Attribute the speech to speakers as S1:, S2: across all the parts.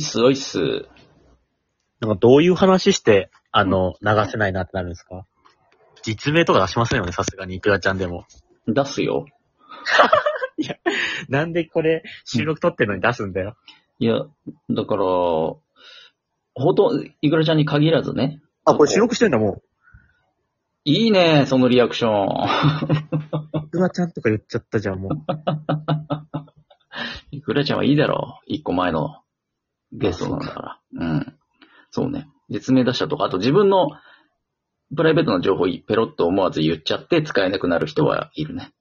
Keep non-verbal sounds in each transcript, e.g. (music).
S1: すごいっす。
S2: なんかどういう話して、あの、流せないなってなるんですか実名とか出しませんよね、さすがに、いくらちゃんでも。
S1: 出すよ。
S2: なんでこれ、収録撮ってるのに出すんだよ。
S1: いや、だから、ほとんど、いくらちゃんに限らずね。
S2: あ、これ収録してんだ、も
S1: いいね、そのリアクション。 (laughs)
S2: う。いくらちゃんとか言っちゃったじゃん、もう。
S1: いくらちゃんはいいだろう。一個前のゲストなんだから。うん。そうね。実名出したとか、あと自分のプライベートな情報ペロッと思わず言っちゃって使えなくなる人はいるね。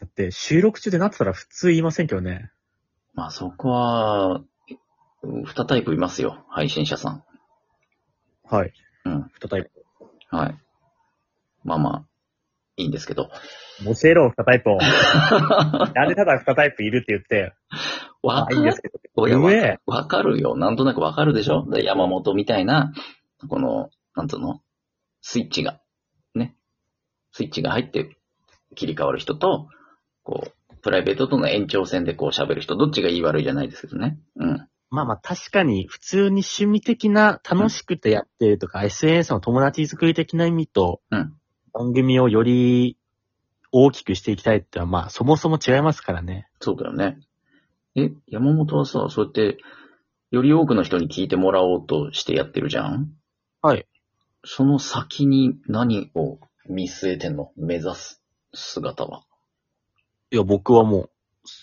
S2: だって、収録中でなってたら普通言いませんけどね。
S1: まあそこは、二タイプいますよ。配信者さん。
S2: はい。
S1: うん。
S2: 二タイプ。
S1: はい。まあまあ、いいんですけど。
S2: 教えろ、二タ (laughs) イプを。なんでただ二タイプいるって言って。
S1: わ
S2: まあ、いいんですけど。
S1: おや
S2: や
S1: わ
S2: べえ。
S1: わかるよ。なんとなくわかるでしょで山本みたいな、この、なんつうのスイッチが、ね。スイッチが入って切り替わる人と、こう、プライベートとの延長線でこう喋る人、どっちがいい悪いじゃないですけどね。うん。
S2: まあまあ、確かに、普通に趣味的な、楽しくてやってるとか、SNS の友達作り的な意味と、
S1: うん
S2: 番組をより大きくしていきたいってのは、まあ、そもそも違いますからね。
S1: そうだよね。え、山本はさ、そうやって、より多くの人に聞いてもらおうとしてやってるじゃん
S2: はい。
S1: その先に何を見据えてんの目指す姿は。
S2: いや、僕はも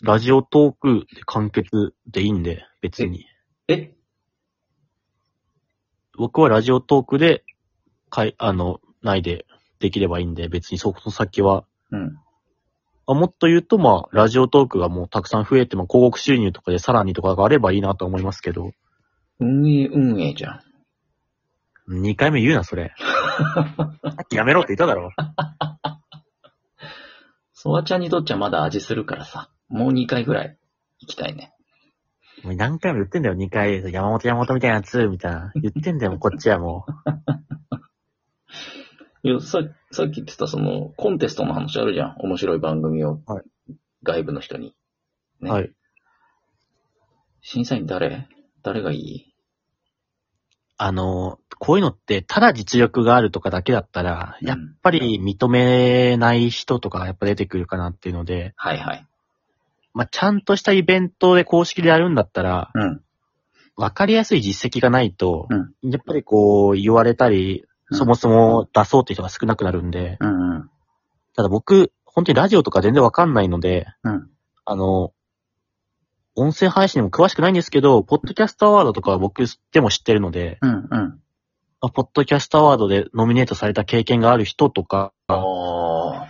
S2: う、ラジオトークで完結でいいんで、別に。
S1: え
S2: 僕はラジオトークで、かい、あの、ないで、できればいいんで、別にそこの先は。
S1: うん。
S2: まあもっと言うと、まあ、ラジオトークがもうたくさん増えて、まあ、広告収入とかでさらにとかがあればいいなと思いますけど、
S1: 運営運営じゃん。
S2: 2回目言うな、それ。さっきやめろって言っただろ。
S1: ソワちゃんにとっちゃまだ味するからさ、もう2回ぐらい行きたいね。
S2: もう何回も言ってんだよ、2回。山本山本みたいなやつ、みたいな。言ってんだよ、こっちはもう。
S1: いや、ささっき言ってたその、コンテストの話あるじゃん。面白い番組を、
S2: はい
S1: 外部の人に。ね
S2: はい。
S1: 審査員誰誰がいい
S2: あの、こういうのって、ただ実力があるとかだけだったら、やっ
S1: うん
S2: ぱり認めない人とかがやっぱ出てくるかなっていうので、
S1: はいはい。
S2: まあ、ちゃんとしたイベントで公式でやるんだったら、
S1: うん。
S2: わかりやすい実績がないと、
S1: うん
S2: やっぱりこう言われたり、そもそも出そうっていう人が少なくなるんで、
S1: うんうん。
S2: ただ僕、本当にラジオとか全然わかんないので、
S1: うん
S2: あの、音声配信にも詳しくないんですけど、ポッドキャストアワードとかは僕でも知ってるので、
S1: うんうん。
S2: まあポッドキャストアワードでノミネートされた経験がある人とか、
S1: おー。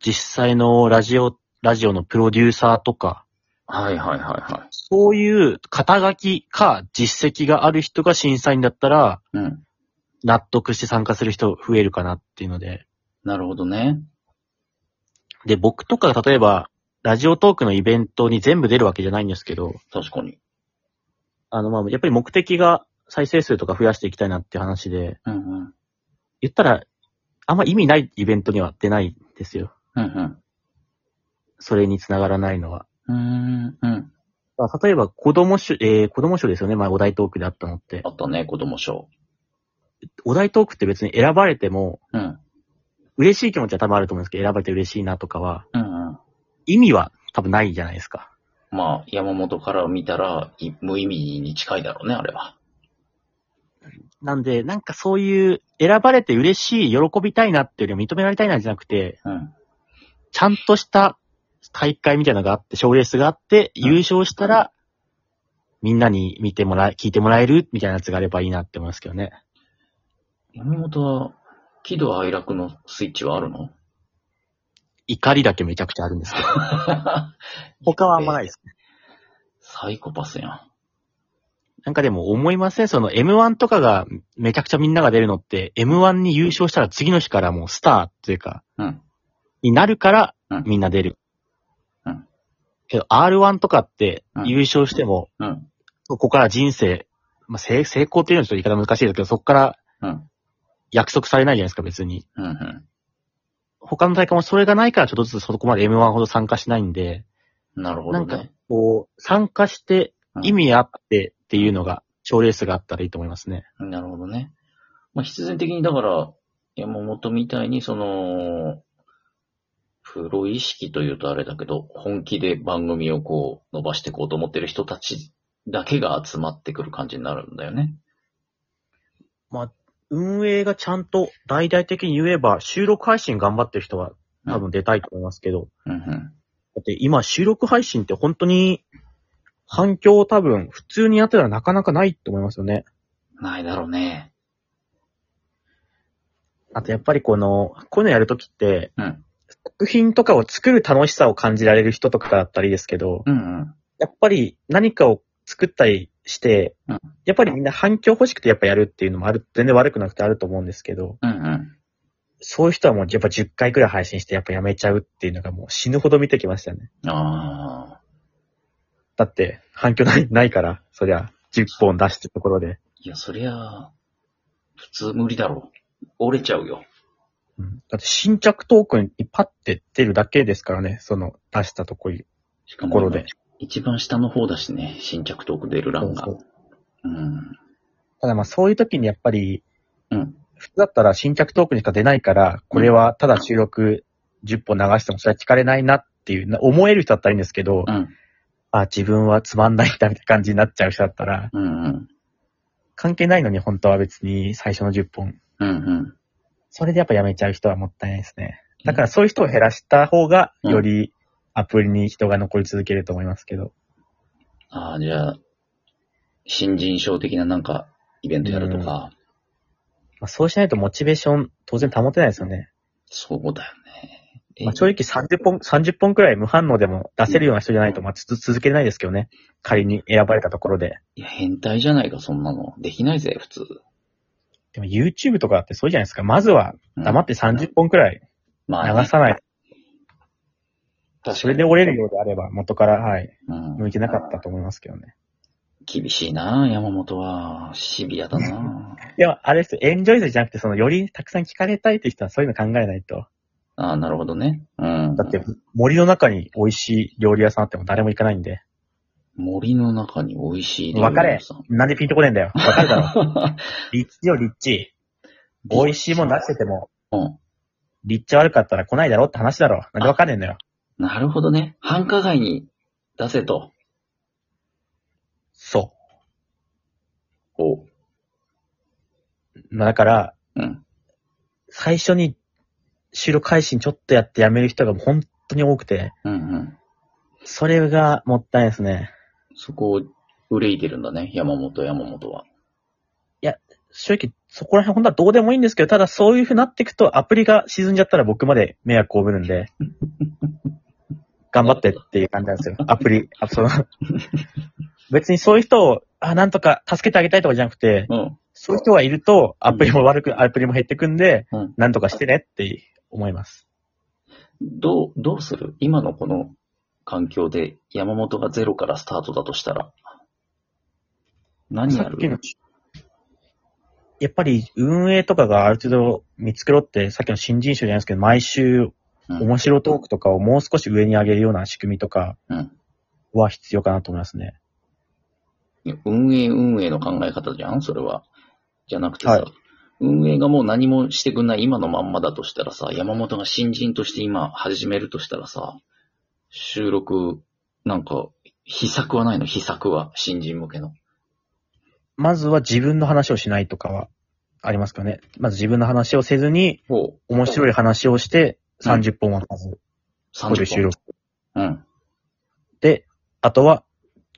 S2: 実際のラジオ、ラジオのプロデューサーとか、
S1: はいはいはいは
S2: そういう肩書きか実績がある人が審査員だったら、
S1: い。うん。
S2: 納得して参加する人増えるかなっていうので。
S1: なるほどね。
S2: で、僕とかが例えば、ラジオトークのイベントに全部出るわけじゃないんですけど、
S1: 確かに。
S2: あの、まあ、やっぱり目的が再生数とか増やしていきたいなっていう話で、
S1: うんうん。
S2: 言ったら、あんま意味ないイベントには出ないんですよ。
S1: うん
S2: それにつながらないのは。
S1: うん。うーん。うん。
S2: まあ例えば、子供賞、えー、子供賞ですよね。まあ、お題トークであったのって
S1: あ。ったね、子供賞。
S2: お題トークって別に選ばれても、
S1: うん。
S2: 嬉しい気持ちは多分あると思うんですけど、選ばれて嬉しいなとかは、
S1: うんうん。
S2: 意味は多分ないじゃないですか。
S1: まあ、山本から見たら、い無意味に近いだろうね、あれは。
S2: なんで、なんかそういう、選ばれて嬉しい、喜びたいなっていうよりも認められたいなじゃなくて、
S1: うん。
S2: ちゃんとした大会みたいなのがあって、賞レースがあって、
S1: うん
S2: 優勝したら、みんなに見てもらえ、聞いてもらえるみたいなやつがあればいいなって思いますけどね。
S1: 山本は、喜怒哀楽のスイッチはあるの
S2: 怒りだけめちゃくちゃあるんです
S1: (laughs)
S2: けど。 (laughs) 他はあんまないです。
S1: サイコパスやん。
S2: なんかでも思いませんその M1 とかがめちゃくちゃみんなが出るのって、M1 に優勝したら次の日からもうスターというか、
S1: うん。
S2: になるから
S1: うん
S2: みんな出る。
S1: うん
S2: けど R1 とかって
S1: うん
S2: 優勝しても、
S1: うん。
S2: ここから人生、まあ、成成功っていうのはちょっと言い方難しいですけど、そこから
S1: うん。
S2: 約束されないじゃないですか、別に。
S1: うん。うん他
S2: 他の大会もそれがないから、ちょっとずつそこまで M1 ほど参加しないんで、
S1: なるほど
S2: なん
S1: ね。
S2: こう、参加して
S1: うん
S2: 意味あってっていうのが、賞レースがあったらいいと思いますね。
S1: なるほどね。まあ、必然的に、だから、山本みたいに、その、プロ意識というとあれだけど、本気で番組をこう、伸ばしていこうと思ってる人たちだけが集まってくる感じになるんだよね。
S2: 運営がちゃんと大々的に言えば、収録配信頑張ってる人は多分出たいと思いますけど、
S1: うんうん。
S2: だって今収録配信って本当に反響を多分普通にやってたらなかなかないと思いますよね。
S1: ないだろうね。
S2: あとやっぱりこの、こういうのやるときって、
S1: うん
S2: 作品とかを作る楽しさを感じられる人とかだったりですけど、
S1: うんうん。
S2: やっぱり何かを作ったりして、
S1: うん
S2: やっぱりみんな反響欲しくてやっぱやるっていうのもある、全然悪くなくてあると思うんですけど、
S1: うんうん。
S2: そういう人はもうやっぱ10回くらい配信してやっぱやめちゃうっていうのがもう死ぬほど見てきましたよね。
S1: ああ。
S2: だって反響ない、ないから、そりゃ10本出してるところで。
S1: いや、そりゃあ、普通無理だろう。折れちゃうよ。
S2: うんだって新着トークンにパッて出るだけですからね、その出したとこい
S1: しか
S2: と
S1: も
S2: ころで。
S1: 一番下の方だしね、新着トーク出る欄が。
S2: そう
S1: う。
S2: そうんただまあそういう時にやっぱり、
S1: うん。
S2: 普通だったら新着トークンしか出ないから、これはただ収録10本流してもそれは聞かれないなっていう、な思える人だったらいいんですけど、
S1: うん。
S2: あ、自分はつまんないんだみたいな感じになっちゃう人だったら、
S1: うんうん。
S2: 関係ないのに本当は別に最初の10本。
S1: うんうん。
S2: それでやっぱやめちゃう人はもったいないですね。だからそういう人を減らした方が、よりアプリに人が残り続けると思いますけど。
S1: ああ、じゃあ、新人賞的ななんか、イベントやるとか、
S2: まあ、そうしないとモチベーション当然保てないですよね。
S1: そうだよね。え
S2: まあ、正直30本、30本くらい無反応でも出せるような人じゃないと、まあ、つ続けれないですけどね。仮に選ばれたところで。
S1: いや、変態じゃないか、そんなの。できないぜ、普通。
S2: でも YouTube とかってそうじゃないですか。まずは
S1: うん
S2: 黙って30本くらい
S1: まあ、
S2: 流さない。
S1: 確
S2: そ
S1: か
S2: れで
S1: に。
S2: 折れるようであれば、元から、はい、
S1: うん
S2: 向いてなかったと思いますけどね。
S1: 厳しいな、山本は。シビアだ
S2: (laughs)
S1: な。
S2: でも、あれですよエンジョイズじゃなくて、その、よりたくさん聞かれたいって人はそういうの考えないと。
S1: ああ、なるほどね。うん。
S2: だって、森の中に美味しい料理屋さんあっても誰も行かないんで。
S1: 森の中に美味しい料
S2: わかれ
S1: 理さん。
S2: なんでピンとこねえんだよ。わかるだろ。 (laughs)
S1: (laughs)
S2: リッチよ、リッチ。美味しいもん出してても、
S1: うん。
S2: 立地悪かったら来ないだろって話だろ。なんでわかんねえんだよ。
S1: なるほどね。繁華街に出せと。
S2: そ
S1: お
S2: う。まあだから、
S1: うん。
S2: 最初に収録配信ちょっとやってやめる人が本当に多くて、
S1: うんうん。
S2: それがもったいないですね。
S1: そこを憂いてるんだね、山本、山本は。
S2: 正直、そこら辺本当はどうでもいいんですけど、ただそういう風になっていくとアプリが沈んじゃったら僕まで迷惑を被るん
S1: (laughs)
S2: で、頑張ってっていう感じな
S1: (laughs)
S2: んですよ。アプリ、あその別にそういう人を、あ、なんとか助けてあげたいとかじゃなくて、
S1: うん。
S2: そういう人がいると、アプリも悪く、アプリも減ってくんで、
S1: うん
S2: なんとかしてねって思います。
S1: どう、どうする今のこの環境で山本がゼロからスタートだとしたら。何
S2: さ
S1: や
S2: っきの
S1: る、
S2: やっぱり運営とかがある程度見繕って、さっきの新人賞じゃないですけど、毎週
S1: うん
S2: 面白トークとかをもう少し上に上げるような仕組みとか
S1: うん
S2: は必要かなと思いますね。
S1: いや運営運営の考え方じゃんそれは。じゃなくてさ、
S2: はい
S1: 運営がもう何もしてくんない今のまんまだとしたらさ、山本が新人として今始めるとしたらさ、収録、なんか、秘策はないの秘策は、新人向けの。
S2: まずは自分の話をしないとかはありますかね。まず自分の話をせずに、
S1: ほう。
S2: 面白い話をして、30本は数、ここで収
S1: 30
S2: 録。
S1: 本。うん。
S2: で、あとは、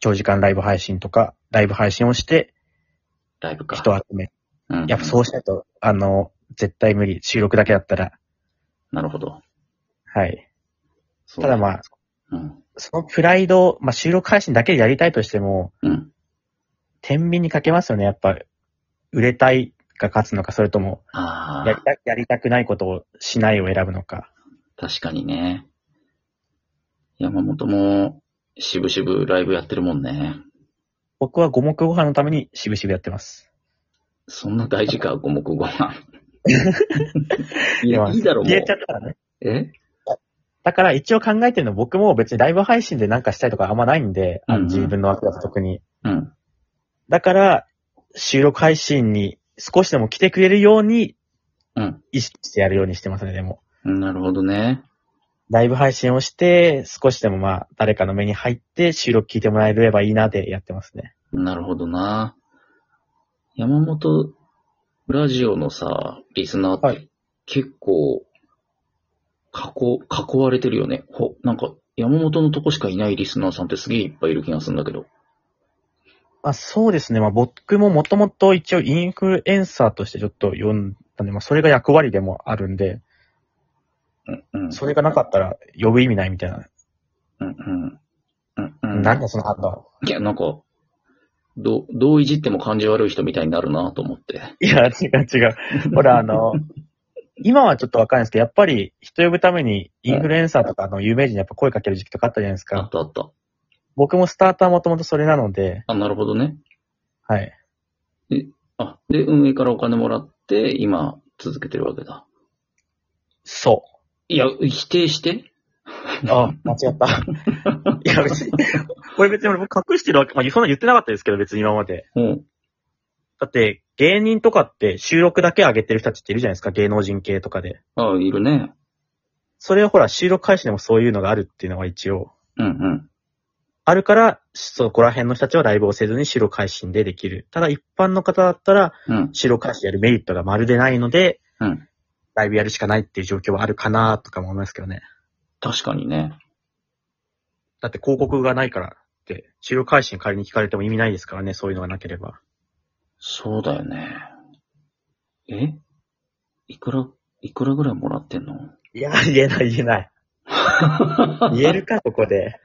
S2: 長時間ライブ配信とか、ライブ配信をして、
S1: ライブか。
S2: 人を集め
S1: うん。
S2: やっぱそうしないと、あの、絶対無理。収録だけだったら。
S1: なるほど。
S2: はい。
S1: そ
S2: た
S1: う
S2: だまあ、
S1: うん。
S2: そのプライドを、まあ収録配信だけでやりたいとしても、
S1: うん。
S2: 天秤にかけますよね。やっぱ、売れたいが勝つのか、それとも、
S1: あ
S2: やり
S1: あ、
S2: たやりたくないことをしないを選ぶのか。
S1: 確かにね。山本も、しぶしぶライブやってるもんね。
S2: 僕は五目ご飯のためにしぶしぶやってます。
S1: そんな大事か、五目
S2: (laughs)
S1: ご飯。い
S2: で
S1: や、
S2: も
S1: いいだろ、もう
S2: 消えちゃったらね。
S1: え
S2: だから一応考えてるの僕も別にライブ配信でなんかしたいとかあんまないんで、あの
S1: うんうん
S2: 自分の枠だと特に。
S1: うん。
S2: だから、収録配信に少しでも来てくれるように
S1: うん。
S2: 意識してやるようにしてますね、でも。
S1: うんなるほどね。
S2: ライブ配信をして、少しでもまあ、誰かの目に入って収録聞いてもらえればいいなでやってますね。
S1: なるほどな。山本ラジオのさ、リスナー
S2: は
S1: って結構、囲、囲われてるよね。ほ、なんか、山本のとこしかいないリスナーさんってすげえいっぱいいる気がするんだけど。
S2: まあそうですね。まあ僕ももともと一応インフルエンサーとしてちょっと読んだんで、まあそれが役割でもあるんで、
S1: うん、うん。
S2: それがなかったら呼ぶ意味ないみたいな。
S1: うん、うん。うん、うん。
S2: なんだその判断。
S1: いや、なんか、ど、どういじっても感じ悪い人みたいになるなと思って。
S2: いや、違う違う。 (laughs) ほら、あの、今はちょっとわかんないですけど、やっぱり人呼ぶためにインフルエンサーとかあの有名人にやっぱ声かける時期とかあったじゃないです
S1: あっ
S2: か。
S1: たあった。
S2: 僕もスターターもともとそれなので、
S1: あ、なるほどね。
S2: はい。
S1: あ、で、運営からお金もらって、今、続けてるわけだ。
S2: そう。
S1: いや、否定して。
S2: あ、間
S1: (laughs)
S2: 違った。いや、別に、これ別に俺僕隠してるわけ、まあ、そんな言ってなかったですけど、別に今まで。
S1: うん。
S2: だって、芸人とかって収録だけ上げてる人たちっているじゃないですか、芸能人系とかで。
S1: あ、いるね。
S2: それをほら、収録開始でもそういうのがあるっていうのは一応。
S1: うんうん。
S2: あるから、そこら辺の人たちはライブをせずに収録配信でできる。ただ一般の方だったら、
S1: うん。
S2: 収録開始やるメリットがまるでないので、
S1: うん
S2: ライブやるしかないっていう状況はあるかなとかも思いますけどね。
S1: 確かにね。
S2: だって広告がないからって、収録配信仮に聞かれても意味ないですからね、そういうのがなければ。
S1: そうだよね。えいくら、いくらぐらいもらってんの (laughs)
S2: いや、言えない、言えない。言えるか、ここで。